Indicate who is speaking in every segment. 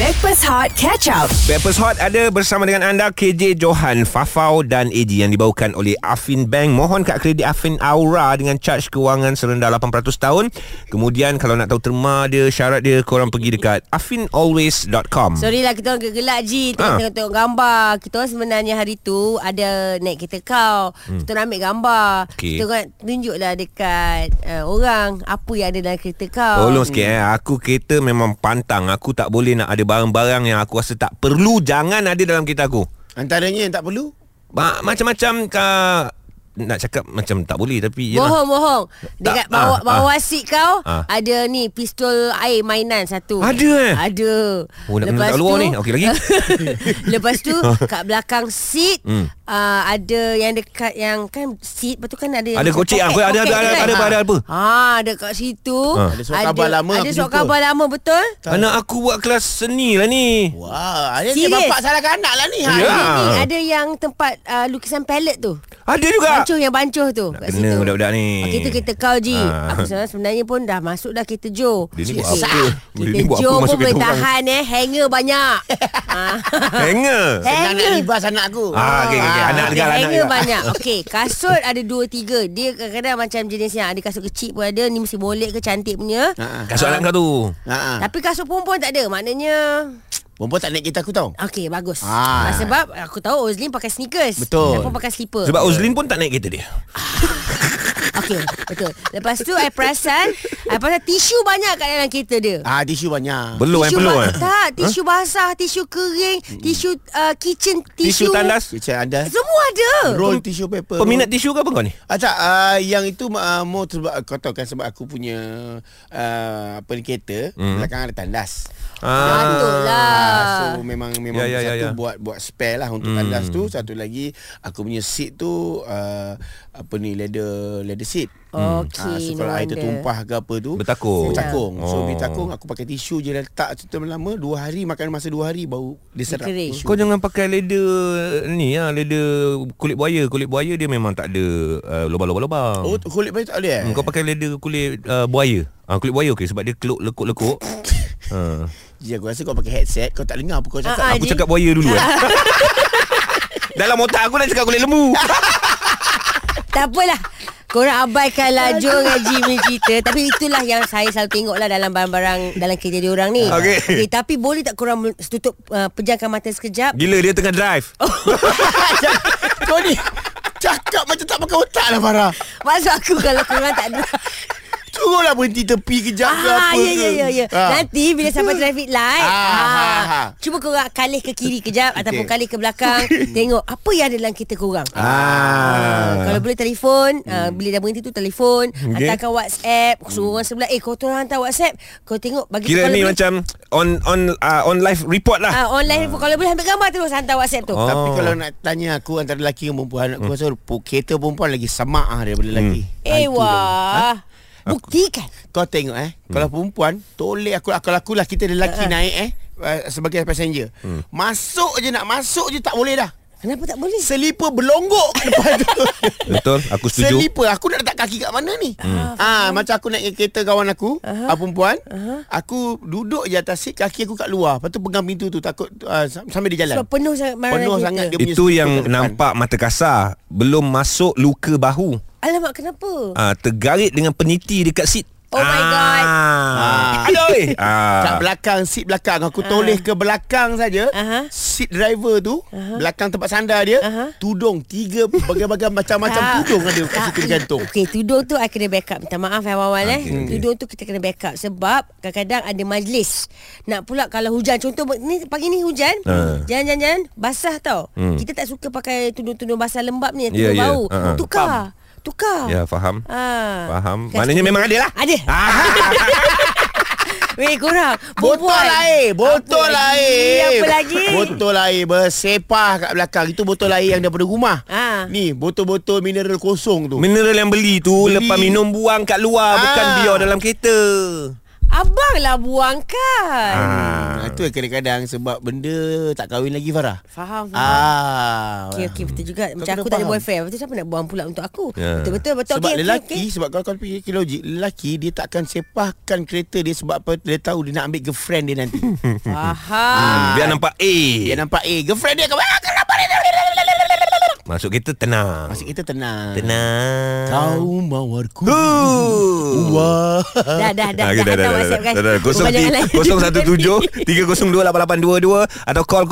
Speaker 1: Backpass Hot Catch Up.
Speaker 2: Peppers Hot ada bersama dengan anda KJ Johan, Fafau dan AD yang dibawakan oleh Afin Bank. Mohon kad kredit Afin Aura dengan charge kewangan serendah 8% tahun. Kemudian kalau nak tahu terma dia, syarat dia, korang pergi dekat afinalways.com.
Speaker 3: Sorry lah kita orang gelak je Tengok
Speaker 2: Ah.
Speaker 3: tengok, tengok gambar Kita orang sebenarnya hari tu Ada naik kereta kau hmm. Kita orang ambil gambar
Speaker 2: Okey.
Speaker 3: Kita orang tunjuk lah dekat uh, Orang Apa yang ada dalam kereta kau
Speaker 2: Tolong sikit eh Aku kereta memang pantang Aku tak boleh nak ada barang-barang Yang aku rasa tak perlu Jangan ada dalam kereta aku
Speaker 4: Antaranya yang tak perlu
Speaker 2: Ma- Macam-macam ka, Nak cakap macam tak boleh Tapi yelah.
Speaker 3: Bohong bohong Dekat
Speaker 2: Tak,
Speaker 3: bawah,
Speaker 2: ah,
Speaker 3: bawah
Speaker 2: ah.
Speaker 3: seat kau
Speaker 2: Ah.
Speaker 3: Ada ni Pistol air mainan satu
Speaker 2: Ada, eh?
Speaker 3: Ada
Speaker 2: Oh, nak kena letak luar ni. Okey, lagi. Ah.
Speaker 3: Lepas tu Kat belakang seat
Speaker 2: Hmm.
Speaker 3: uh, Ada yang dekat Yang kan seat Lepas tu kan ada yang
Speaker 2: Ada
Speaker 3: macam
Speaker 2: kocik, ah.
Speaker 3: poket-
Speaker 2: Ada- ada-
Speaker 3: poket
Speaker 2: ada-
Speaker 3: kan?
Speaker 2: ada- ada- ada apa?
Speaker 3: Ah, dekat situ
Speaker 2: Ah.
Speaker 4: Ada surat khabar lama
Speaker 3: Ada
Speaker 4: aku
Speaker 3: surat
Speaker 4: jumpa.
Speaker 3: khabar lama betul
Speaker 2: Anak aku buat kelas seni lah ni
Speaker 4: Wah Ada ni
Speaker 3: Serius?
Speaker 4: bapak salahkan anak lah ni ha,
Speaker 2: Ya.
Speaker 4: ni.
Speaker 3: Ni
Speaker 2: Ah.
Speaker 3: ada yang tempat uh, lukisan pelet tu
Speaker 2: Ada juga
Speaker 3: Bancuh yang bancuh tu
Speaker 2: Ya. Nak kena budak-budak ni.
Speaker 3: Okey tu kereta kau Ji
Speaker 2: Ah.
Speaker 3: Aku sebenarnya, sebenarnya pun dah masuk dah kereta Jo
Speaker 2: Dia ni buat
Speaker 3: Okey.
Speaker 2: apa? Dia ni
Speaker 3: Kereta
Speaker 2: buat apa
Speaker 3: Jo
Speaker 2: masuk
Speaker 3: pun boleh
Speaker 2: kereta orang?
Speaker 3: tahan eh Hanger banyak Ah.
Speaker 2: Hanger
Speaker 4: Senang nak
Speaker 3: Hanger.
Speaker 4: libas anak aku
Speaker 2: Ah, okey, okey, okey. Anak
Speaker 3: Ah,
Speaker 2: dekat,
Speaker 3: dia
Speaker 2: anak
Speaker 3: hanger
Speaker 2: dekat.
Speaker 3: banyak Okey Kasut ada dua tiga Dia kadang-kadang macam jenis yang Ada kasut kecil pun ada Ni mesti molek ke cantik punya
Speaker 4: Ah,
Speaker 2: Kasut anak kau tu
Speaker 4: ah. Ah, ah.
Speaker 3: Tapi kasut perempuan tak ada Maknanya
Speaker 4: Perempuan tak naik kereta aku tau
Speaker 3: Okey bagus
Speaker 4: Ah.
Speaker 3: Sebab aku tahu Ozlin pakai sneakers
Speaker 4: Betul.
Speaker 3: Aku pakai slipper
Speaker 2: Sebab Uzlin pun tak naik kereta dia
Speaker 3: Okey, betul. Lepas tu I perasan, I perasan tisu banyak kat dalam kereta dia.
Speaker 4: Ah, tisu banyak
Speaker 2: Belum eh
Speaker 3: tisu
Speaker 2: Belum
Speaker 3: ba-
Speaker 2: eh
Speaker 3: Tak, tisu basah, tisu kering, tisu uh, kitchen tisu.
Speaker 2: Tisu tandas
Speaker 4: Kecil ada
Speaker 3: Semua ada.
Speaker 4: Roll tisu paper
Speaker 2: Peminat tisu ke apa kau ni?
Speaker 4: Ah, tak, uh, yang itu uh, mau sebab kau tahu kan sebab aku punya uh, apa ni kereta mm.
Speaker 2: Hmm.
Speaker 4: belakang ada tandas.
Speaker 2: Ah. Lah.
Speaker 3: Patutlah.
Speaker 4: Ah, so memang memang
Speaker 2: Ya, ya, ya,
Speaker 4: satu
Speaker 2: ya. Hmm.
Speaker 4: buat buat spare lah untuk mm. tandas tu, satu lagi aku punya seat tu uh, apa ni leather leather seat.
Speaker 3: Okey,
Speaker 4: Ah, so
Speaker 3: no
Speaker 4: kalau air
Speaker 3: wonder.
Speaker 4: tertumpah ke apa tu
Speaker 2: Bertakung.
Speaker 4: Bertakung
Speaker 2: Oh.
Speaker 4: So bila takung Aku pakai tisu je letak Cerita lama Dua hari Makan masa dua hari Baru dia serap
Speaker 3: kering.
Speaker 4: tisu.
Speaker 2: Kau jangan pakai leather ni lah Leather kulit buaya Kulit buaya dia memang tak ada uh, lubang-lubang
Speaker 4: Oh kulit bayi tak boleh eh
Speaker 2: Hmm, Kau pakai leather kulit uh, buaya uh, Kulit buaya okey Sebab dia keluk lekuk-lekuk uh.
Speaker 4: Ji aku rasa kau pakai headset Kau tak dengar apa kau cakap
Speaker 3: Ah, ah,
Speaker 2: Aku
Speaker 3: Ji.
Speaker 2: cakap buaya dulu eh Dalam otak aku dah cakap kulit lembu
Speaker 3: Tak apalah. Korang lah abaikanlah Jo dengan Jimmy cerita Tapi itulah yang saya selalu tengok lah Dalam barang-barang Dalam kerja diorang ni
Speaker 2: Okey.
Speaker 3: okay Tapi boleh tak korang mel- Tutup uh, pejamkan mata sekejap
Speaker 2: Gila dia tengah drive
Speaker 4: Kau ni Cakap macam tak pakai otak lah Farah
Speaker 3: Maksud aku kalau korang tak ada
Speaker 4: Suruhlah berhenti tepi kejap ke
Speaker 3: Ah,
Speaker 4: apa
Speaker 3: ya,
Speaker 4: ke
Speaker 3: ya, ya, ya.
Speaker 4: Ah.
Speaker 3: Nanti bila sampai traffic light,
Speaker 4: Ah,
Speaker 3: ah,
Speaker 4: ha, ha.
Speaker 3: cuba korang kalih ke kiri kejap ataupun kalih ke belakang, tengok apa yang ada dalam kita korang. Ah, kalau boleh telefon, ah, bila dah berhenti tu telefon,
Speaker 2: Okey.
Speaker 3: hantarkan WhatsApp, suruh orang sebelah, eh kau tu orang hantar WhatsApp, kau tengok bagi
Speaker 2: Kira
Speaker 3: kalau
Speaker 2: ni
Speaker 3: boleh-
Speaker 2: macam On on uh, on live report
Speaker 3: Ah,
Speaker 2: lah
Speaker 3: online kalau boleh ambil gambar terus hantar WhatsApp tu.
Speaker 2: Oh. Hmm.
Speaker 4: Tapi kalau nak tanya aku Antara lelaki dengan perempuan Aku rasa pu- kereta perempuan Lagi semak ah daripada lelaki
Speaker 3: Eh
Speaker 4: Hantu dia.
Speaker 3: wah. Buktikan.
Speaker 4: Kau tengok eh
Speaker 2: Hmm.
Speaker 4: Kalau perempuan Toleh aku Kalau aku lah kita lelaki naik eh uh, Sebagai passenger
Speaker 2: Hmm.
Speaker 4: Masuk je nak masuk je Tak boleh dah
Speaker 3: Kenapa tak boleh?
Speaker 4: Selipar berlonggok kat depan tu
Speaker 2: Betul aku setuju
Speaker 4: Selipar Aku nak letak kaki kat mana ni hmm. ah, Macam aku naik kereta kawan aku uh-huh. Perempuan uh-huh. Aku duduk je atas seat Kaki aku kat luar Lepas tu pegang pintu tu Takut uh, sambil dia
Speaker 3: Sebab
Speaker 4: jalan
Speaker 3: penuh sangat barang
Speaker 4: Penuh
Speaker 3: kita.
Speaker 4: sangat dia punya
Speaker 2: Itu
Speaker 4: selipar kat
Speaker 2: yang
Speaker 4: depan.
Speaker 2: nampak mata kasar Belum masuk luka bahu
Speaker 3: Alamak kenapa?
Speaker 2: uh, Tergarit dengan peniti dekat seat
Speaker 3: Oh my God.
Speaker 2: Ah.
Speaker 4: Ah.
Speaker 2: Aduh
Speaker 4: Kat
Speaker 2: ah.
Speaker 4: belakang Seat belakang Aku toleh ke belakang saja
Speaker 3: Ah. Aha.
Speaker 4: Seat driver tu Belakang tempat sandar dia
Speaker 3: Aha. Ah.
Speaker 4: Tudung Tiga bagai-bagai Macam-macam
Speaker 3: Tak.
Speaker 4: tudung ada Kat
Speaker 3: Tak,
Speaker 4: situ digantung
Speaker 3: Okey, tudung tu I kena backup. Minta maaf eh awal-awal eh.
Speaker 2: Okey, okey.
Speaker 3: Tudung tu kita kena backup sebab kadang-kadang ada majlis. Nak pula kalau hujan contoh ni pagi ni hujan,
Speaker 2: Ha.
Speaker 3: jalan-jalan basah tau.
Speaker 2: Hmm.
Speaker 3: Kita tak suka pakai tudung-tudung basah lembap ni, tudung
Speaker 2: Ya, ya.
Speaker 3: bau.
Speaker 2: Ha, ha.
Speaker 3: Tukar. Tukar.
Speaker 2: Ya faham
Speaker 3: Ah.
Speaker 2: Faham Maknanya memang ada lah
Speaker 3: Ada. Weh korang
Speaker 4: Botol
Speaker 3: perempuan.
Speaker 4: air
Speaker 3: Apa
Speaker 4: Botol
Speaker 3: lagi?
Speaker 4: air
Speaker 3: Apa lagi?
Speaker 4: Botol air Bersepah kat belakang Itu botol air yang daripada rumah
Speaker 3: Ah.
Speaker 4: Ni botol-botol mineral kosong tu
Speaker 2: Mineral yang beli tu
Speaker 4: Beli.
Speaker 2: Lepas minum buang kat luar
Speaker 4: Ah.
Speaker 2: Bukan biar dalam kereta
Speaker 3: Abang lah buangkan
Speaker 2: Ah.
Speaker 4: Ah, itu kadang-kadang sebab benda tak kahwin lagi Farah.
Speaker 3: Faham.
Speaker 4: Ah.
Speaker 3: Okey okey betul juga Macam
Speaker 4: kena
Speaker 3: aku tak ada
Speaker 4: faham.
Speaker 3: boyfriend Betul siapa nak buang pula untuk aku
Speaker 2: Ya.
Speaker 3: Betul betul betul
Speaker 4: Sebab
Speaker 3: Okey,
Speaker 4: okay,
Speaker 3: okey,
Speaker 4: lelaki
Speaker 3: okey.
Speaker 4: okay. Sebab kalau kau fikir logik Lelaki dia takkan sepahkan kereta dia Sebab apa Dia tahu dia nak ambil girlfriend dia nanti Ah,
Speaker 3: Faham
Speaker 2: Biar Hmm, nampak A
Speaker 4: Dia nampak eh Girlfriend dia akan ah, Kenapa dia
Speaker 2: Masuk kita tenang
Speaker 4: Masih kita tenang
Speaker 2: Tenang
Speaker 4: Kau mawarku
Speaker 2: Huh.
Speaker 4: Wah
Speaker 3: Dah dah dah
Speaker 2: Ah,
Speaker 3: Dah hantar whatsapp guys
Speaker 1: kan?
Speaker 3: Bukan jangan layan.
Speaker 2: 017 302 8822 atau call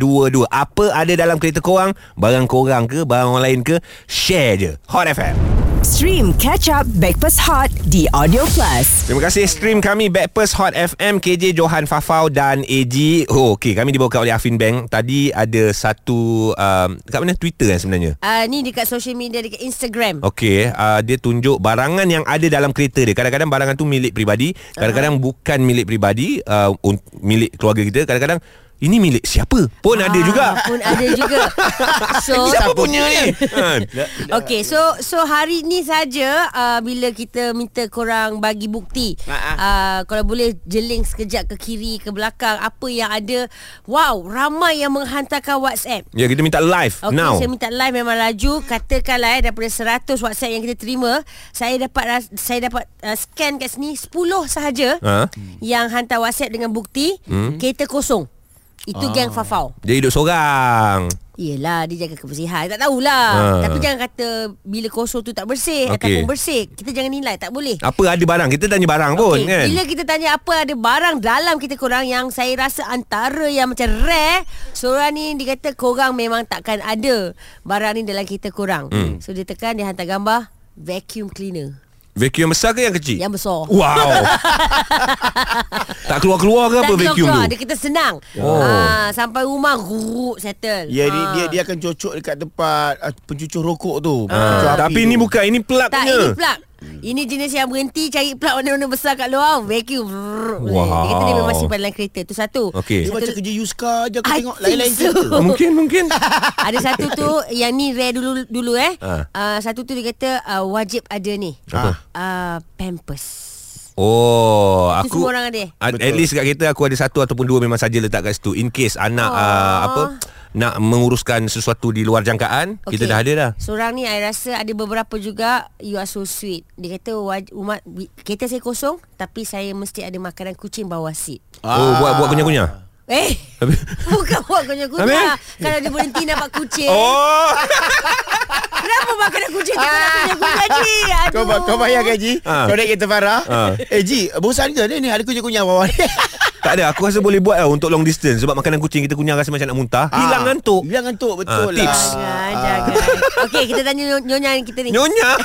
Speaker 2: 0377108822. Apa ada dalam kereta korang? Barang korang ke, barang orang lain ke? Share je. Hot FM.
Speaker 1: Stream Catch Up Backpass Hot di Audio Plus.
Speaker 2: Terima kasih stream kami Backpast Hot FM KJ Johan Fafau dan AG. Oh, okey kami dibawakan oleh Afin Bank. Tadi ada satu um, kat mana Twitter kan sebenarnya.
Speaker 3: Ah, Ni dekat social media Dekat Instagram
Speaker 2: Okey, uh, dia tunjuk barangan yang ada dalam kereta dia. Kadang-kadang barangan tu milik peribadi, kadang-kadang
Speaker 3: Ah.
Speaker 2: uh-huh. bukan milik peribadi, uh, un- milik keluarga kita, kadang-kadang ini milik siapa pun ah. ada juga.
Speaker 3: Pun ada juga So
Speaker 2: Siapa punya ni? Ha.
Speaker 3: Okay so so hari ni saja uh, bila kita minta korang bagi bukti uh, kalau boleh jeling sekejap ke kiri ke belakang apa yang ada wow ramai yang menghantarkan WhatsApp
Speaker 2: Ya, kita minta live
Speaker 3: Okay,
Speaker 2: now.
Speaker 3: saya minta live memang laju. Katakanlah eh, daripada 100 WhatsApp yang kita terima, saya dapat ras- saya dapat uh, scan kat sini 10 sahaja
Speaker 2: Ha?
Speaker 3: yang hantar WhatsApp dengan bukti Ah. hmm? kereta kosong. Itu ah. geng Fafau.
Speaker 2: Dia hidup seorang.
Speaker 3: Yelah dia jaga kebersihan Tak tahulah ha. Tapi jangan kata Bila kosong tu tak bersih okay.
Speaker 2: Okey.
Speaker 3: Ataupun bersih Kita jangan nilai Tak boleh
Speaker 2: Apa ada barang? Kita tanya barang okay. pun
Speaker 3: Okey,
Speaker 2: kan.
Speaker 3: Bila kita tanya apa ada barang dalam kita korang yang saya rasa antara yang macam rare, seorang ni dia kata korang memang takkan ada barang ni dalam kita korang. Hmm. So dia tekan dia hantar gambar vacuum cleaner
Speaker 2: Vacuum besar ke yang kecil?
Speaker 3: yang besar.
Speaker 2: Wow. tak keluar-keluar ke
Speaker 3: Tak
Speaker 2: apa vacuum
Speaker 3: keluar-keluar,
Speaker 2: tu?
Speaker 3: Dia kata senang
Speaker 2: Oh.
Speaker 3: ha, Sampai rumah Guruk settle
Speaker 4: Ya dia,
Speaker 3: Ah.
Speaker 4: dia dia akan cocok dekat tempat uh, pencucur rokok tu. Pencucur
Speaker 3: Ah.
Speaker 2: Ha.
Speaker 4: api
Speaker 2: Tapi
Speaker 4: tu.
Speaker 2: ini bukan, ini pelat
Speaker 3: Tak
Speaker 2: punya.
Speaker 3: ini plug Ini jenis yang berhenti Cari plug warna-warna besar kat luar Vacuum
Speaker 2: Wow.
Speaker 3: Dia kata dia memang simpan dalam kereta Itu satu
Speaker 2: Okey.
Speaker 3: Satu-
Speaker 4: Dia macam kerja used car je aku
Speaker 3: I
Speaker 4: tengok
Speaker 3: think
Speaker 4: lain-lain
Speaker 3: so.
Speaker 4: cerita.
Speaker 2: Ah, Mungkin, mungkin.
Speaker 3: Ada satu tu Yang ni rare dulu dulu eh
Speaker 2: Ah.
Speaker 3: uh, Satu tu dia kata uh, Wajib ada ni
Speaker 2: Apa?
Speaker 3: uh, Pampers
Speaker 2: Oh,
Speaker 3: Itu
Speaker 2: aku
Speaker 3: semua orang ada?
Speaker 2: At, at least kat kereta aku ada satu ataupun dua memang saja letak kat situ in case anak
Speaker 3: Oh.
Speaker 2: uh, apa nak menguruskan sesuatu di luar jangkaan, okay. kita dah ada dah.
Speaker 3: Seorang ni I rasa ada beberapa juga You are so sweet Dia kata waj- umat, wi- Kereta saya kosong Tapi saya mesti ada makanan kucing bawah seat
Speaker 2: Ah. Oh, buat buat kunyah-kunyah.
Speaker 3: Eh
Speaker 2: Habis-
Speaker 3: Bukan buat kunyah-kunyah
Speaker 2: Habis?
Speaker 3: lah. Kalau dia berhenti nampak kucing
Speaker 2: Oh,
Speaker 3: Kenapa makanan kucing tu Kau nak kunyah-kunyah Ji
Speaker 4: Kau, ba- kau bayangkan Ji
Speaker 2: Ah.
Speaker 4: Kau naik kereta Farah
Speaker 2: Ah.
Speaker 4: Eh Ji Bosan ke ni, ni Ada kunyah-kunyah bawah ni
Speaker 2: tak ada. Aku rasa boleh buat lah untuk long distance sebab makanan kucing kita kunyah rasa macam nak muntah, hilang
Speaker 4: Ah.
Speaker 2: ngantuk.
Speaker 4: Hilang ngantuk
Speaker 2: Ah,
Speaker 4: Betul lah
Speaker 2: tips.
Speaker 3: Jangan, jangan Okey kita tanya nyo- nyonya kita ni
Speaker 2: Ah. Nyonya.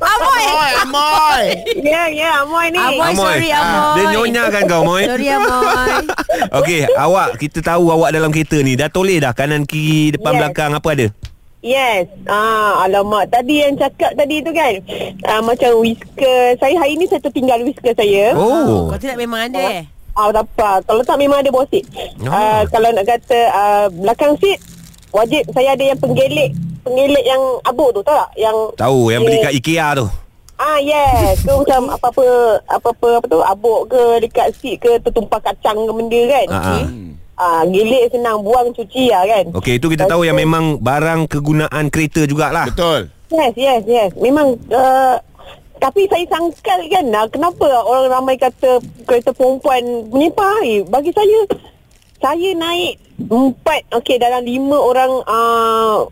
Speaker 3: Amoy
Speaker 4: Amoy Amoy
Speaker 5: Ya, ya, Amoy ni.
Speaker 3: Amoy sorry Amoy
Speaker 2: Dia nyonya kan kau, Moy?
Speaker 3: Sorry Amoy
Speaker 2: Okey, awak kita tahu awak dalam kereta ni dah toleh dah kanan kiri, depan
Speaker 5: Yes.
Speaker 2: belakang apa ada?
Speaker 5: Yes. Ah, alamak. Tadi yang cakap tadi tu kan. Ah, macam whisker. Saya hari ni saya tertinggal whisker saya.
Speaker 2: Oh.
Speaker 3: Kau tidak memang ada eh
Speaker 5: Ah, tak apa. Kalau tak memang ada bawah seat.
Speaker 2: Ah.
Speaker 5: Ah. kalau nak kata ah, belakang seat, wajib saya ada yang penggelek. Penggelek yang abuk tu, tahu tak? Yang
Speaker 2: Tahu yang beli
Speaker 5: dia-
Speaker 2: kat IKEA tu.
Speaker 5: Ah yes Tu macam apa-apa Apa-apa apa tu Abuk ke Dekat seat ke Tertumpah kacang ke benda kan
Speaker 2: Ah, ah. Oh.
Speaker 5: ah, Gilik senang Buang cuci lah kan
Speaker 2: Okey, itu kita tahu yang
Speaker 5: Lepas tu-
Speaker 2: memang barang kegunaan kereta jugalah.
Speaker 4: Betul
Speaker 5: Yes, yes, yes. Memang uh, tapi saya sangkal kan lah kenapa orang ramai kata kereta perempuan menyepai. Bagi saya saya naik empat okey dalam lima orang uh,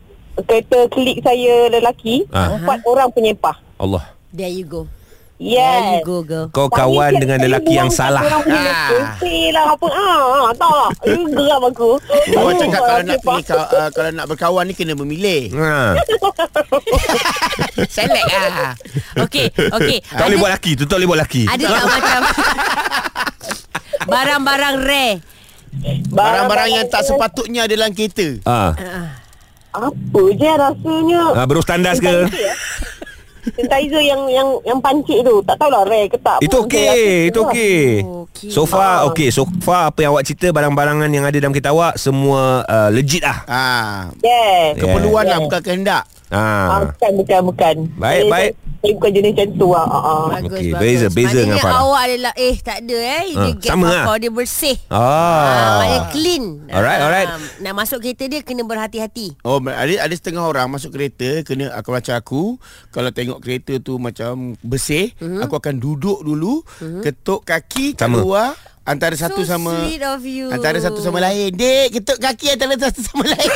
Speaker 5: kereta klik saya lelaki,
Speaker 2: Ah.
Speaker 5: empat orang penyepah.
Speaker 2: Allah.
Speaker 3: There you go There you
Speaker 5: Yes.
Speaker 3: go girl
Speaker 2: Kau kawan dengan lelaki yang salah.
Speaker 4: Ah.
Speaker 5: Ah. lah apa. Ah, ah, tahu lah. Eh, Geram aku.
Speaker 4: Orang cakap
Speaker 5: Ah,
Speaker 4: kalau nak
Speaker 5: sepak.
Speaker 4: pilih, kau- ah, Kalau nak berkawan ni Kena memilih
Speaker 2: Ha.
Speaker 3: Select lah Okay Okay
Speaker 2: Tak boleh buat laki tu tak boleh buat laki.
Speaker 3: Ada tak macam Barang-barang rare
Speaker 4: Barang-barang yang tak sepatutnya Ada dalam kereta
Speaker 2: Ah,
Speaker 5: Apa je rasanya.
Speaker 2: ha, berus tandas ke?
Speaker 5: Sanitizer, eh? Sanitizer yang yang yang pancit tu Tak tahulah rare ke tak
Speaker 2: Itu
Speaker 5: pun. Saya rasa
Speaker 2: okey, itu
Speaker 5: tu lah.
Speaker 2: okey.
Speaker 3: Okey.
Speaker 2: So far okey, so far apa yang awak cerita barang-barangan yang ada dalam kereta awak semua uh, legit lah.
Speaker 4: Ah,
Speaker 2: Yeah.
Speaker 5: Yes
Speaker 2: Ya.
Speaker 4: Keperluan lah
Speaker 5: Yeah.
Speaker 4: Bukan kehendak
Speaker 5: ah,
Speaker 2: Ha.
Speaker 5: Bukan bukan bukan
Speaker 2: Baik,
Speaker 5: Saya-
Speaker 2: baik.
Speaker 5: saya bukan jenis macam tu lah. Ah, ah.
Speaker 3: Bagus,
Speaker 2: Okey,
Speaker 3: bagus.
Speaker 2: beza- beza dengan
Speaker 3: Maknanya
Speaker 2: Farah.
Speaker 3: awak adalah eh tak ada eh. Dia
Speaker 2: Ah,
Speaker 3: get
Speaker 2: sama
Speaker 3: alcohol,
Speaker 2: lah.
Speaker 3: dia bersih. Ah,
Speaker 2: Ah.
Speaker 3: maknanya clean.
Speaker 2: Alright,
Speaker 3: Ah,
Speaker 2: alright.
Speaker 3: nak masuk kereta dia kena berhati-hati.
Speaker 4: Oh ada ada setengah orang masuk kereta kena aku macam aku kalau tengok kereta tu macam bersih
Speaker 3: Mhm.
Speaker 4: uh-huh. aku akan duduk dulu uh-huh. ketuk kaki
Speaker 2: Sama.
Speaker 4: keluar antara satu
Speaker 3: so
Speaker 4: sama
Speaker 3: sweet of you.
Speaker 4: antara satu sama lain. Dek ketuk kaki antara satu sama lain.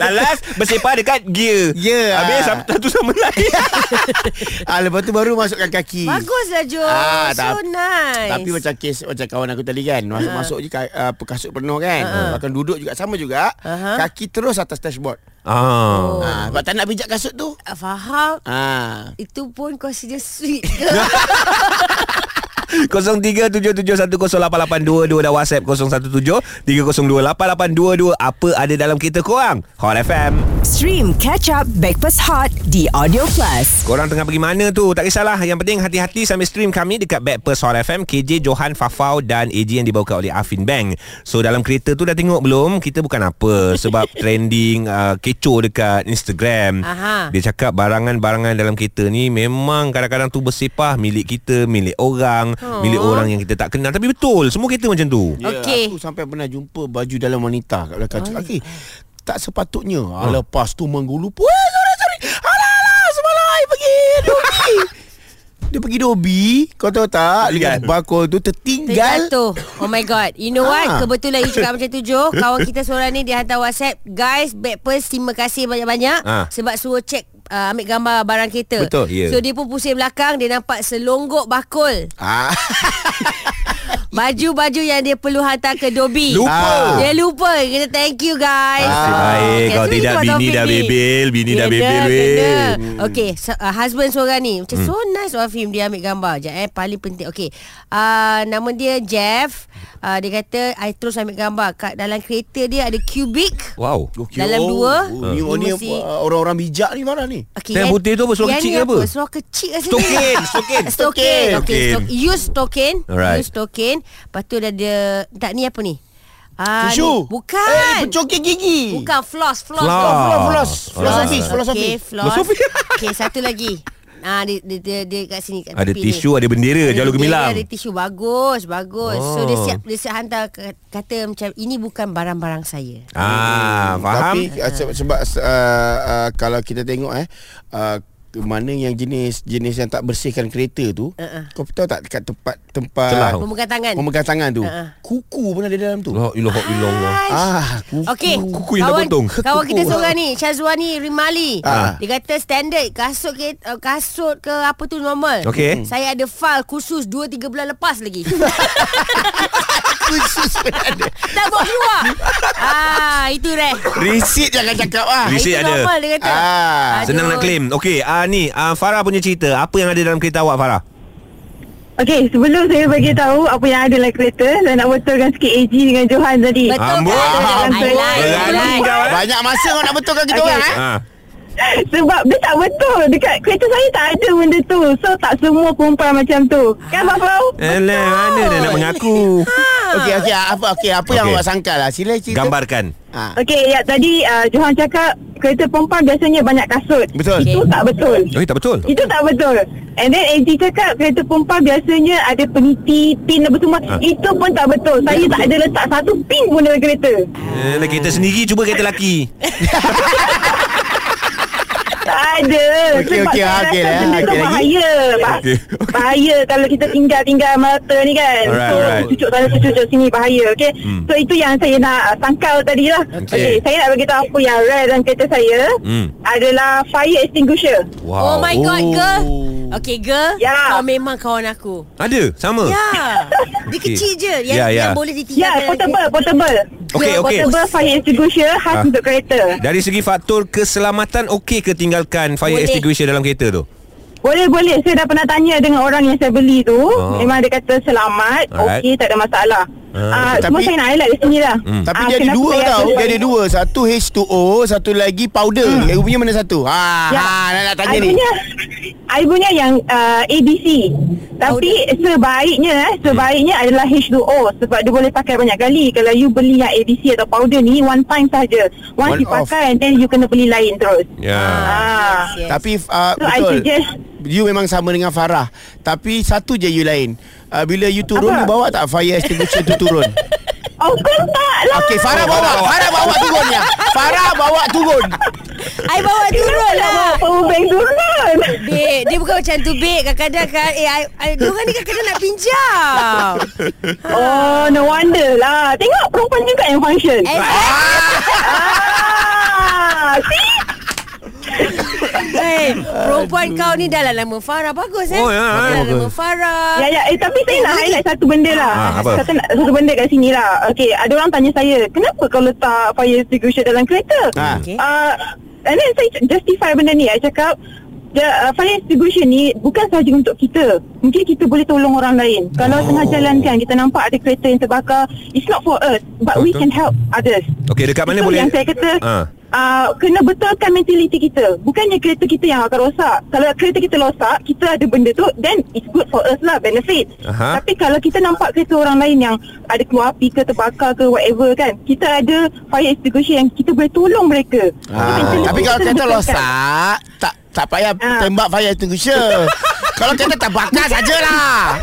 Speaker 2: Lalas bersepah dekat gear.
Speaker 4: Ya.
Speaker 2: Habis satu- satu sama lain.
Speaker 4: ah lepas tu baru masukkan kaki.
Speaker 3: Baguslah Jo.
Speaker 4: Ah,
Speaker 3: so
Speaker 4: tap-
Speaker 3: nice. Ah.
Speaker 4: Tapi macam kes Macam kawan aku tadi kan Masuk, uh. masuk je ka- uh, kasut penuh kan uh. Akan duduk juga Sama juga
Speaker 3: Aha.
Speaker 4: uh-huh. Kaki terus atas dashboard
Speaker 2: Ah.
Speaker 4: oh. ha, Sebab tak nak pijak kasut tu
Speaker 3: Ah, faham.
Speaker 4: Ah,
Speaker 3: Itu pun consider sweet ke?
Speaker 2: 0377108822 dan WhatsApp 017-3028822. Apa ada dalam kereta korang? Hot FM.
Speaker 1: Stream Catch Up Backpass Hot di Audio Plus.
Speaker 2: Korang tengah pergi mana tu? Tak kisahlah. Yang penting hati-hati sambil stream kami dekat Backpers Hot FM. KJ, Johan, Fafau dan AJ yang dibawakan oleh Afin Bank. So dalam kereta tu dah tengok belum? Kita bukan apa. Sebab trending uh, kecoh dekat Instagram.
Speaker 3: Aha.
Speaker 2: Dia cakap barangan-barangan dalam kereta ni memang kadang-kadang tu bersepah milik kita, milik orang,
Speaker 3: Oh.
Speaker 2: milik orang yang kita tak kenal. Tapi betul, semua kereta macam tu.
Speaker 4: Ya,
Speaker 3: Okey.
Speaker 4: Aku sampai pernah jumpa baju dalam wanita kat belakang. Cakap, okay, tak sepatutnya. Ha. Lepas tu menggulu. Wah, sorry, sorry. Alah, alah, semalam I pergi dobi. dia pergi dobi. Kau tahu tak? Lihat bakul tu tertinggal.
Speaker 3: Terjatuh Oh my god You know what
Speaker 4: Ah.
Speaker 3: Kebetulan you cakap macam tu Jo Kawan kita seorang ni Dia hantar whatsapp Guys Backpers Terima kasih banyak-banyak
Speaker 2: Ah.
Speaker 3: Sebab suruh check uh, Ambil gambar barang kereta
Speaker 4: Betul,
Speaker 2: ya.
Speaker 3: So dia pun pusing belakang Dia nampak selonggok bakul
Speaker 4: Ah,
Speaker 3: Baju-baju yang dia perlu hantar ke Dobi Ah.
Speaker 2: Lupa.
Speaker 3: Dia lupa Kita thank you guys
Speaker 2: Nasib
Speaker 3: Ah.
Speaker 2: baik.
Speaker 3: Okay,
Speaker 2: Kalau
Speaker 3: so ni
Speaker 2: tidak,
Speaker 3: sebab
Speaker 2: bini
Speaker 3: Taufik
Speaker 2: dah
Speaker 3: ni.
Speaker 2: bebel, bini dah
Speaker 3: Kena,
Speaker 2: bebel, weh.
Speaker 3: kena.
Speaker 2: Hmm.
Speaker 3: Okay so, uh, Husband seorang ni Macam so nice of him Dia ambil gambar Sekejap eh Paling penting Okay uh, Nama dia Jeff uh, Dia kata I terus ambil gambar Kat dalam kereta dia Ada cubic
Speaker 2: Wow.
Speaker 4: okay.
Speaker 3: Dalam dua.
Speaker 4: Oh, ni, oh, ni
Speaker 3: Mesti-
Speaker 4: uh, orang-orang bijak ni mana ni?
Speaker 3: Okay,
Speaker 2: Yang
Speaker 3: yang-
Speaker 2: putih tu apa? Seluar
Speaker 3: yang ni
Speaker 2: kecil ke apa?
Speaker 3: Seluar kecil kat sini.
Speaker 2: Stokin, stokin.
Speaker 3: Stokin. Okay,
Speaker 2: Stokin.
Speaker 3: stokin. Use stokin.
Speaker 2: Alright.
Speaker 3: Use stokin. Lepas tu dah ada... Tak, ni apa ni? Ah,
Speaker 4: Tisu.
Speaker 3: ni- Bukan.
Speaker 4: Eh, pencokek gigi.
Speaker 3: Bukan, floss. Floss.
Speaker 2: Floss.
Speaker 3: tu.
Speaker 4: Floss, floss. Floss
Speaker 2: Ah.
Speaker 4: office, floss
Speaker 3: Okay,
Speaker 4: office.
Speaker 3: floss. okay, satu lagi. Ah, dia, dia, dia, dia kat sini. Kat
Speaker 2: Ada
Speaker 3: tepi
Speaker 2: tisu,
Speaker 3: ni.
Speaker 2: ada bendera,
Speaker 3: Ada
Speaker 2: jalur
Speaker 3: bendera,
Speaker 2: gemilang.
Speaker 3: Ada tisu bagus, bagus. Oh. So dia
Speaker 2: Oh.
Speaker 3: siap dia siap hantar ke- kata macam ini bukan barang-barang saya.
Speaker 2: Ah, faham?
Speaker 4: Tapi uh, se- sebab uh, uh, kalau kita tengok eh uh, ke mana yang jenis jenis yang tak bersihkan kereta tu
Speaker 3: Uh-uh.
Speaker 4: uh-uh. kau tahu tak dekat tempat tempat
Speaker 2: Celah. Oh.
Speaker 3: Pemegang tangan.
Speaker 4: pemegang tangan tu
Speaker 3: Uh-uh.
Speaker 4: uh-uh. kuku pun ada dalam tu
Speaker 2: La ilaha illallah.
Speaker 3: Hai.
Speaker 4: ah kuku
Speaker 3: Okey.
Speaker 2: Kuku yang dah
Speaker 3: kawan,
Speaker 2: potong.
Speaker 3: Kawan
Speaker 4: Kuku.
Speaker 3: kita seorang ni, Syazwani Rimali.
Speaker 4: Ah.
Speaker 3: Dia kata standard kasut ke uh, kasut ke apa tu normal. Hmm.
Speaker 2: Okey.
Speaker 3: Saya ada file khusus 2 3 bulan lepas lagi.
Speaker 4: khusus pun ada
Speaker 3: tak bawa keluar. ah, itu reh.
Speaker 4: Receipt jangan cakap ah
Speaker 2: Receipt. Isi
Speaker 3: itu
Speaker 2: ada.
Speaker 3: normal dia kata.
Speaker 4: Ah.
Speaker 3: Aduh.
Speaker 2: Senang nak claim. Okey, ah ni ah, Farah punya cerita. Apa yang ada dalam kereta awak Farah?
Speaker 5: Okey, sebelum saya bagi tahu apa yang ada dalam kereta, saya nak betulkan sikit AG dengan Johan tadi.
Speaker 3: Betul
Speaker 2: Ah, Amboi.
Speaker 3: kan? I
Speaker 5: Amboi.
Speaker 3: like, I
Speaker 2: Berani
Speaker 3: like.
Speaker 2: kau, eh?
Speaker 4: banyak masa kau nak betulkan kita
Speaker 5: Okey.
Speaker 3: Ha?
Speaker 4: orang eh
Speaker 2: Ah.
Speaker 5: Sebab dia tak betul. Dekat kereta saya tak ada benda tu. So, tak semua perempuan macam tu. Kan, Fafau?
Speaker 2: Alah, mana dia nak mengaku?
Speaker 3: Ah.
Speaker 4: okey okey apa okey apa yang
Speaker 2: Okey.
Speaker 4: awak sangka lah sila cerita
Speaker 2: Gambarkan.
Speaker 4: ah
Speaker 5: Okey, ya, tadi uh, Johan cakap kereta perempuan biasanya banyak kasut.
Speaker 4: Betul.
Speaker 5: Itu tak betul.
Speaker 2: Eh, tak betul.
Speaker 5: Itu tak betul. And then AG cakap kereta perempuan biasanya ada peniti, pin apa semua.
Speaker 2: Ha.
Speaker 5: Itu pun tak betul. Saya tak ada letak satu pin pun dalam kereta.
Speaker 2: Eh, kereta sendiri cuba kereta laki.
Speaker 5: Tak ada.
Speaker 4: Okey,
Speaker 5: Sebab
Speaker 4: okey,
Speaker 2: ah,
Speaker 5: saya
Speaker 4: okey
Speaker 5: rasa
Speaker 4: lah.
Speaker 5: benda tu
Speaker 4: Okey lagi.
Speaker 5: bahaya. Bah-
Speaker 2: Okey.
Speaker 5: Bahaya kalau kita tinggal-tinggal mata ni kan.
Speaker 2: Alright,
Speaker 5: so,
Speaker 2: alright.
Speaker 5: cucuk sana, cucuk sini bahaya. Okay?
Speaker 2: Hmm.
Speaker 5: So, itu yang saya nak uh, sangkal tadi lah.
Speaker 2: Okey.
Speaker 5: Okey, saya nak beritahu apa yang rare dalam kereta saya
Speaker 2: Hmm.
Speaker 5: adalah fire extinguisher.
Speaker 3: Oh my god,
Speaker 4: Oh.
Speaker 3: girl. Okay, girl.
Speaker 5: Ya.
Speaker 3: Kau memang kawan aku.
Speaker 2: Oh. Ada, sama.
Speaker 3: Ya. Dia
Speaker 2: Okey.
Speaker 3: kecil je. Yang,
Speaker 2: Ya, ya.
Speaker 3: yang boleh
Speaker 5: Ya,
Speaker 3: ditinggalkan.
Speaker 5: yeah, portable, portable. Ya,
Speaker 2: Okey, okey.
Speaker 5: Portable fire extinguisher khas
Speaker 2: Ah.
Speaker 5: untuk kereta.
Speaker 2: Dari segi faktor keselamatan okey ke tinggalkan fire
Speaker 3: Boleh.
Speaker 2: extinguisher dalam kereta tu?
Speaker 5: Boleh boleh Saya dah pernah tanya Dengan orang yang saya beli tu
Speaker 2: Oh.
Speaker 5: Memang dia kata selamat
Speaker 2: Alright.
Speaker 5: Okey tak ada masalah Ah,
Speaker 4: Tapi-
Speaker 5: Cuma saya nak highlight di sini lah
Speaker 4: Hmm. Tapi
Speaker 5: Ah,
Speaker 4: dia ada
Speaker 5: kenapa
Speaker 4: dua
Speaker 5: saya
Speaker 4: tau
Speaker 5: ada-
Speaker 4: Dia ada dua Satu H2O Satu lagi powder hmm. Eh punya mana satu ha,
Speaker 5: Ya.
Speaker 4: ya. ha, Nak, nak tanya
Speaker 5: I
Speaker 4: ni
Speaker 5: punya I punya yang uh, ABC
Speaker 4: Oh,
Speaker 5: Tapi sebaiknya eh, Sebaiknya adalah H2O Sebab dia boleh pakai banyak kali Kalau you beli yang ABC atau powder ni One time saja
Speaker 4: One
Speaker 5: Once you
Speaker 4: off.
Speaker 5: pakai Then you kena beli lain terus
Speaker 2: Ya.
Speaker 5: Ah.
Speaker 3: yes.
Speaker 4: Tapi uh,
Speaker 5: So, I
Speaker 4: betul
Speaker 5: suggest-
Speaker 4: You memang sama dengan Farah Tapi satu je you lain uh, Bila you turun
Speaker 5: Apa?
Speaker 4: You bawa tak fire extinguisher tu turun
Speaker 5: Of course tak lah
Speaker 4: Okey Farah bawa Farah bawa turun ya Farah bawa turun
Speaker 3: I bawa turun lah.
Speaker 5: Powerbank turun
Speaker 3: Bek, dia bukan macam tu Bek. Kadang-kadang kan, eh, I, I, diorang ni kadang-kadang nak pinjam.
Speaker 5: Oh no wonder lah Tengok perempuan juga yang function
Speaker 3: Eh,
Speaker 5: Ah, see?
Speaker 3: eh, perempuan kau ni dah lah nama Farah. Bagus eh.
Speaker 2: Oh, ya,
Speaker 3: Dah
Speaker 2: eh.
Speaker 3: lah nama Farah.
Speaker 5: Ya, ya. Eh, tapi saya nak highlight satu benda lah.
Speaker 2: Ah, apa?
Speaker 5: Satu, satu benda kat sini lah. Okey, ada orang tanya saya, kenapa kau letak fire extinguisher dalam kereta?
Speaker 4: Ah.
Speaker 3: Okey.
Speaker 5: Uh, and then saya justify benda ni. Saya cakap, the, uh, fire extinguisher ni bukan sahaja untuk kita. Mungkin kita boleh tolong orang lain. Kalau
Speaker 2: Oh.
Speaker 5: tengah jalan kan, kita nampak ada kereta yang terbakar. It's not for us, but we
Speaker 2: Betul.
Speaker 5: can help others.
Speaker 2: Okey, dekat mana
Speaker 5: Itu
Speaker 2: boleh-
Speaker 5: Yang saya kata,
Speaker 2: Ah.
Speaker 5: uh, kena betulkan mentaliti kita. Bukannya kereta kita yang akan rosak. Kalau kereta kita rosak, kita ada benda tu, then it's good for us lah, benefit.
Speaker 2: Aha.
Speaker 5: Tapi kalau kita nampak kereta orang lain yang ada keluar api ke terbakar ke whatever kan, kita ada fire extinguisher yang kita boleh tolong mereka.
Speaker 4: Ah, tapi kalau kereta rosak tak tak payah
Speaker 5: Ah.
Speaker 4: tembak fire extinguisher. kalau kereta tak bakar sajalah.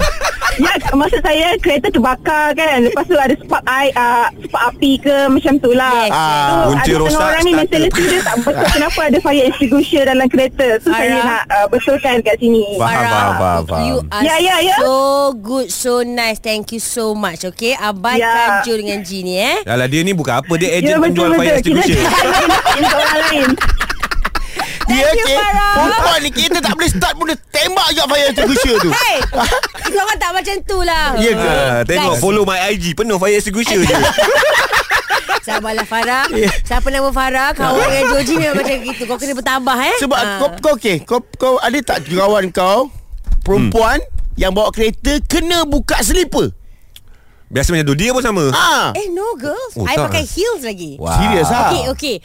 Speaker 5: Ya, maksud saya kereta terbakar kan. Lepas tu ada spark air, uh, spark api ke macam tu
Speaker 3: Yes,
Speaker 4: yes.
Speaker 5: lah. So,
Speaker 2: Kunci Ah,
Speaker 5: ada
Speaker 2: rosak,
Speaker 5: setengah orang ni
Speaker 2: starter.
Speaker 5: mentaliti dia tak betul kenapa ada fire extinguisher dalam kereta. So, saya
Speaker 3: Farah.
Speaker 5: nak uh, betulkan kat sini.
Speaker 2: Faham, faham, faham, faham.
Speaker 3: You are
Speaker 5: Ya, ya, ya.
Speaker 3: so good, so nice. Thank you so much. Okay, abaikan
Speaker 5: Ya.
Speaker 3: Jo dengan G ni eh.
Speaker 2: Alah dia ni bukan apa Dia ejen penjual fire
Speaker 5: Kita
Speaker 2: extinguisher
Speaker 5: untuk orang lain.
Speaker 4: Dia
Speaker 3: you,
Speaker 4: ke
Speaker 3: Farah.
Speaker 4: perempuan ni kereta tak boleh start pun dia tembak juga fire extinguisher tu.
Speaker 3: Hey, korang tak macam tu lah.
Speaker 4: Ya ke?
Speaker 2: Ah, Tengok
Speaker 3: Guys.
Speaker 2: follow my IG Penuh fire extinguisher je
Speaker 3: Sabarlah lah, Farah.
Speaker 2: Ya.
Speaker 3: Siapa nama
Speaker 2: Ah.
Speaker 3: Farah? Kawan dengan Joji memang macam gitu. Kau kena bertambah eh.
Speaker 4: Sebab
Speaker 3: Ah.
Speaker 4: kau kau okey, kau kau ada tak kawan kau perempuan
Speaker 3: Hmm.
Speaker 4: yang bawa kereta kena buka sleeper.
Speaker 2: Biasa macam tu Dia pun sama
Speaker 4: Ha.
Speaker 3: Eh no girls.
Speaker 2: Oh,
Speaker 3: I
Speaker 2: tak,
Speaker 3: pakai
Speaker 2: eh?
Speaker 3: heels lagi.
Speaker 2: Wah. lah.
Speaker 4: Serius ah.
Speaker 3: Okay, okay.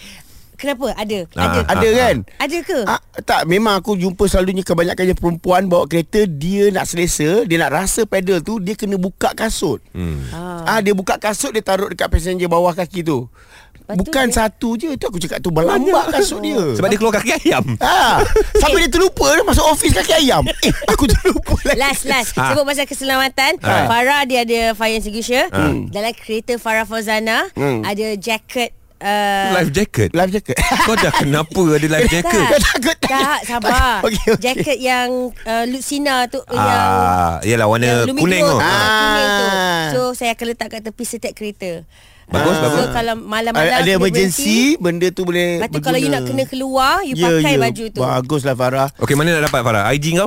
Speaker 3: Kenapa? Ada. Ada.
Speaker 2: Ah,
Speaker 4: Ada kan?
Speaker 3: Ada ke?
Speaker 4: Ah, tak memang aku jumpa selalunya kebanyakan je perempuan bawa kereta dia nak selesa, dia nak rasa pedal tu dia kena buka kasut. Hmm. Ah. ah dia buka kasut dia taruh dekat passenger bawah kaki tu.
Speaker 3: Lepas tu
Speaker 4: Bukan
Speaker 3: dia-
Speaker 4: satu je tu aku cakap tu berlambak kasut dia.
Speaker 2: Sebab dia keluar kaki ayam
Speaker 4: Ah, sampai dia terlupa dia masuk office kaki ayam. Eh, aku terlupa lagi.
Speaker 3: Last last
Speaker 2: Ah.
Speaker 3: Sebut pasal keselamatan
Speaker 2: Ah. Hmm.
Speaker 3: Farah dia ada Fire extinguisher Dalam kereta Farah Fauzana Ada jacket uh,
Speaker 2: Life jacket
Speaker 4: Life jacket.
Speaker 2: Kau dah kenapa ada life jacket
Speaker 4: Kau takut tak?
Speaker 3: Tak sabar
Speaker 4: Okey, okey.
Speaker 3: Jacket yang uh, Luxina tu Yang
Speaker 2: Ah, Yelah warna
Speaker 3: yang Lumiglo
Speaker 2: kuning tu
Speaker 3: tu,
Speaker 2: Ah.
Speaker 3: Kuning tu
Speaker 4: Ah.
Speaker 3: So saya akan letak kat tepi setiap kereta
Speaker 2: Bagus,
Speaker 3: Ah.
Speaker 2: bagus.
Speaker 3: So kalau malam-malam
Speaker 4: Ada, ada
Speaker 3: kita berhenti,
Speaker 4: emergency, benda tu
Speaker 2: eh,
Speaker 4: boleh Ya,
Speaker 3: Lepas tu kalau you nak kena keluar You
Speaker 2: Ya,
Speaker 3: yeah, pakai yeah. baju tu
Speaker 4: Baguslah Farah
Speaker 2: Okey mana nak dapat Farah IG kau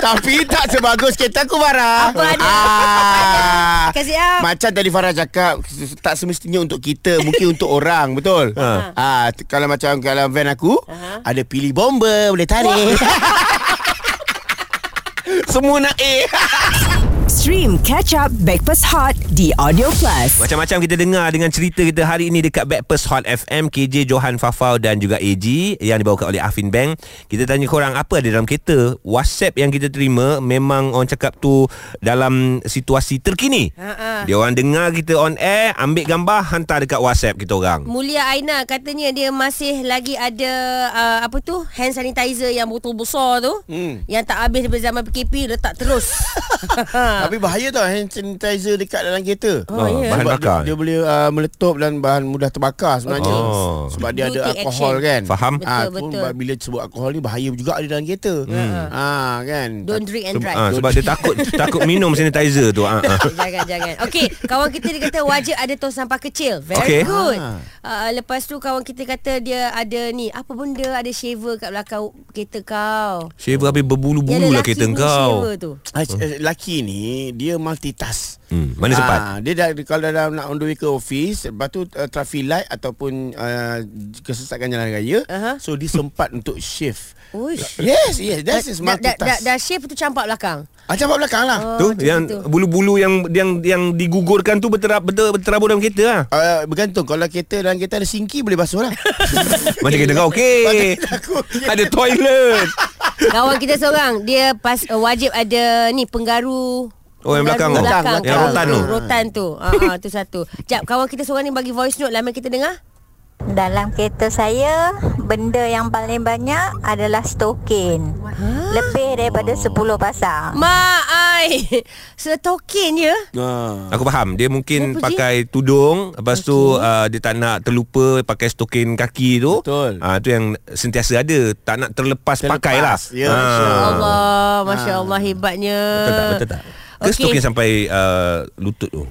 Speaker 4: Tapi tak sebagus kereta aku Farah
Speaker 3: Apa ada?
Speaker 4: ah.
Speaker 3: Kasih up.
Speaker 4: Macam tadi Farah cakap Tak semestinya untuk kita Mungkin untuk orang Betul
Speaker 2: Ha.
Speaker 4: ah, t- Kalau macam Kalau van aku
Speaker 3: Aha.
Speaker 4: Ada pilih bomber Boleh tarik Semua nak A
Speaker 1: Stream Catch Up Backpass Hot di Audio Plus.
Speaker 2: Macam-macam kita dengar dengan cerita kita hari ini dekat Backpast Hot FM KJ Johan Fafau dan juga AG yang dibawakan oleh Afin Bank. Kita tanya korang apa ada dalam kereta? WhatsApp yang kita terima memang orang cakap tu dalam situasi terkini.
Speaker 3: Ha, ha.
Speaker 2: Dia orang dengar kita on air, ambil gambar, hantar dekat WhatsApp kita orang.
Speaker 3: Mulia Aina katanya dia masih lagi ada uh, apa tu hand sanitizer yang botol besar tu hmm. yang tak habis daripada zaman PKP letak terus. Ha,
Speaker 4: Tapi bahaya tau Hand sanitizer dekat dalam kereta
Speaker 3: Oh,
Speaker 2: Ah,
Speaker 3: ya.
Speaker 2: Bahan
Speaker 4: sebab
Speaker 2: bakar.
Speaker 4: dia, dia boleh uh, meletup dan bahan mudah terbakar sebenarnya.
Speaker 2: Oh.
Speaker 4: Oh. Sebab dia
Speaker 3: Duty
Speaker 4: ada alkohol
Speaker 3: action.
Speaker 4: action. kan.
Speaker 2: Faham.
Speaker 3: Betul,
Speaker 4: Ah,
Speaker 3: betul.
Speaker 4: pun bila sebut alkohol ni bahaya juga ada dalam kereta. Hmm. Ah kan.
Speaker 3: Don't drink and drive.
Speaker 2: Ha, sebab dia takut takut minum sanitizer tu. Ha, ha.
Speaker 3: jangan jangan. Okey, kawan kita dia kata wajib ada tong sampah kecil. Very
Speaker 2: Okey.
Speaker 3: okay. good.
Speaker 4: Ah.
Speaker 3: Uh, lepas tu kawan kita kata dia ada ni apa benda ada shaver kat belakang kereta kau.
Speaker 2: Shaver habis
Speaker 3: Yang
Speaker 2: berbulu-bulu lah
Speaker 3: lelaki
Speaker 2: kereta
Speaker 3: punya
Speaker 2: kau.
Speaker 3: shaver tu.
Speaker 4: Ah, c- eh, Lelaki ni ni dia multitask.
Speaker 2: Hmm, mana sempat?
Speaker 4: Ah, dia dah kalau dah nak on the way ke office, lepas tu uh, traffic light ataupun uh, kesesakan jalan raya,
Speaker 3: Aha.
Speaker 4: uh-huh. so dia sempat untuk shift.
Speaker 3: Uish.
Speaker 4: Yes, yes, that is
Speaker 3: Dah, dah, dah,
Speaker 4: multitask.
Speaker 3: dah Oh. shift tu campak belakang.
Speaker 4: Ah, campak belakang lah.
Speaker 2: tu
Speaker 3: macam
Speaker 2: yang
Speaker 3: itu.
Speaker 2: bulu-bulu yang yang yang digugurkan tu berterab betul berterabur dalam kereta lah.
Speaker 4: Uh, bergantung kalau kereta dalam kereta ada sinki boleh basuh lah.
Speaker 2: Macam kereta kau okey.
Speaker 4: Aku-
Speaker 2: Ada toilet.
Speaker 3: Kawan kita seorang Dia pas uh, wajib ada ni penggaru
Speaker 2: Oh, yang belakang
Speaker 3: penggaru
Speaker 2: tu.
Speaker 3: belakang,
Speaker 2: Yang rotan tu.
Speaker 3: Rotan tu. Ha ah, tu satu. Jap kawan kita seorang ni bagi voice note lah mari kita dengar.
Speaker 6: Dalam kereta saya, benda yang paling banyak adalah stokin. Lebih daripada 10 pasang.
Speaker 3: Mak ai. Setokin je.
Speaker 2: Ha.
Speaker 4: Ah.
Speaker 2: Aku faham Dia mungkin
Speaker 3: Kenapa, Ji?
Speaker 2: pakai tudung Lepas tu uh, Dia tak nak terlupa Pakai stokin kaki tu
Speaker 4: Betul.
Speaker 2: uh, Itu yang sentiasa ada Tak nak terlepas,
Speaker 4: Terlepas,
Speaker 2: pakai lah
Speaker 4: ya,
Speaker 2: Ah.
Speaker 3: Allah, masya-Allah hebatnya.
Speaker 2: Betul tak? Betul tak? Ke
Speaker 3: Uh, Okey.
Speaker 2: stokin sampai uh, lutut tu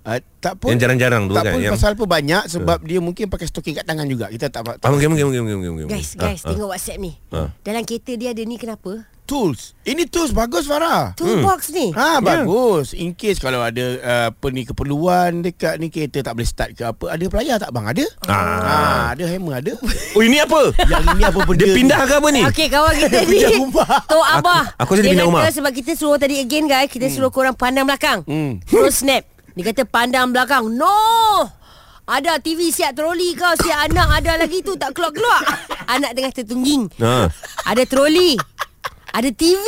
Speaker 4: Uh, tak pun
Speaker 2: Yang jarang-jarang tu
Speaker 4: tak
Speaker 2: kan,
Speaker 4: pun
Speaker 2: yang- Ha.
Speaker 4: pasal apa banyak sebab dia mungkin pakai stoking kat tangan juga kita tak
Speaker 2: ah,
Speaker 4: tak
Speaker 2: mungkin, mungkin, mungkin, mungkin, mungkin.
Speaker 3: Guys,
Speaker 2: Ah,
Speaker 3: guys,
Speaker 2: ah.
Speaker 3: tengok WhatsApp ni.
Speaker 2: Ah.
Speaker 3: Dalam kereta dia ada ni kenapa?
Speaker 4: tools ini tools bagus
Speaker 2: Hmm.
Speaker 4: Farah
Speaker 3: Toolbox ni.
Speaker 2: Ya.
Speaker 4: Ha bagus in case kalau ada uh, apa ni keperluan dekat ni kereta tak boleh start ke apa ada pelayar tak bang ada
Speaker 2: Ah.
Speaker 4: ha ada hammer ada
Speaker 2: Oh ini apa?
Speaker 4: yang ini apa benda
Speaker 2: Dia
Speaker 4: ni?
Speaker 2: pindah ke apa ni?
Speaker 3: Okey kawan kita ni
Speaker 4: Pindah rumah.
Speaker 3: Tok Abah
Speaker 2: Aku- aku rasa dia pindah
Speaker 3: kata
Speaker 2: rumah. Hmm.
Speaker 3: Sebab kita suruh tadi again guys Kita suruh korang pandang belakang hmm. Terus snap Dia kata pandang belakang No ada TV siap troli kau Siap anak ada lagi tu Tak keluar-keluar Anak tengah tertungging
Speaker 2: Ha.
Speaker 3: Ada troli Ada TV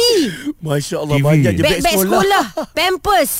Speaker 4: masya-Allah
Speaker 2: TV.
Speaker 4: banyak je
Speaker 3: Beg-beg sekolah Pampers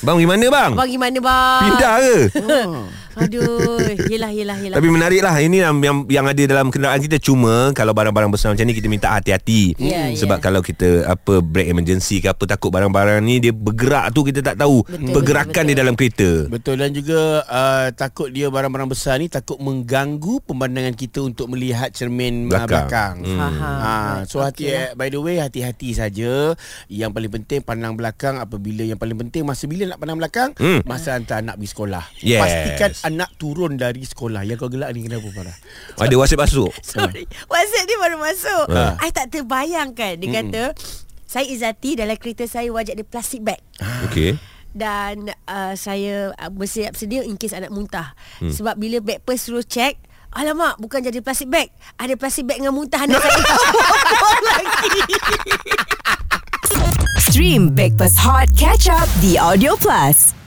Speaker 2: Bang gimana bang?
Speaker 3: Abang gimana bang Ah.
Speaker 2: Pindah ke?
Speaker 3: Oh. Aduh Yelah yelah yelah
Speaker 2: Tapi menarik lah Ini yang, yang, yang ada dalam kenderaan kita Cuma Kalau barang-barang besar macam ni Kita minta hati-hati
Speaker 3: Ya,
Speaker 2: Sebab
Speaker 3: ya.
Speaker 2: kalau kita Apa Break emergency ke apa Takut barang-barang ni Dia bergerak tu Kita tak tahu
Speaker 3: Betul,
Speaker 2: Pergerakan
Speaker 3: betul,
Speaker 2: dia dalam kereta
Speaker 4: Betul dan juga uh, takut dia barang-barang besar ni takut mengganggu pemandangan kita untuk melihat cermin belakang.
Speaker 2: Belakang.
Speaker 4: belakang.
Speaker 2: Hmm.
Speaker 3: Faham.
Speaker 4: Ha, so hati
Speaker 3: Okey
Speaker 4: okay. by the way hati-hati saja. Yang paling penting pandang belakang apabila yang paling penting masa bila nak pandang belakang
Speaker 2: Hmm.
Speaker 4: hmm. masa hantar anak pergi sekolah.
Speaker 2: Yes.
Speaker 4: Pastikan anak turun dari sekolah. Yang kau gelak ni kenapa Farah?
Speaker 2: Ada WhatsApp masuk
Speaker 3: Sorry WhatsApp dia baru masuk
Speaker 2: Ah.
Speaker 3: I tak terbayangkan Dia kata Saya Izzati Dalam kereta saya Wajak dia plastik bag
Speaker 2: Okay
Speaker 3: Dan uh, Saya uh, bersiap sedia In case anak muntah Sebab bila backpack suruh check Alamak Bukan jadi plastik bag Ada plastik bag dengan muntah Anak saya Oh
Speaker 1: Stream Breakfast Hot Catch Up The Audio Plus.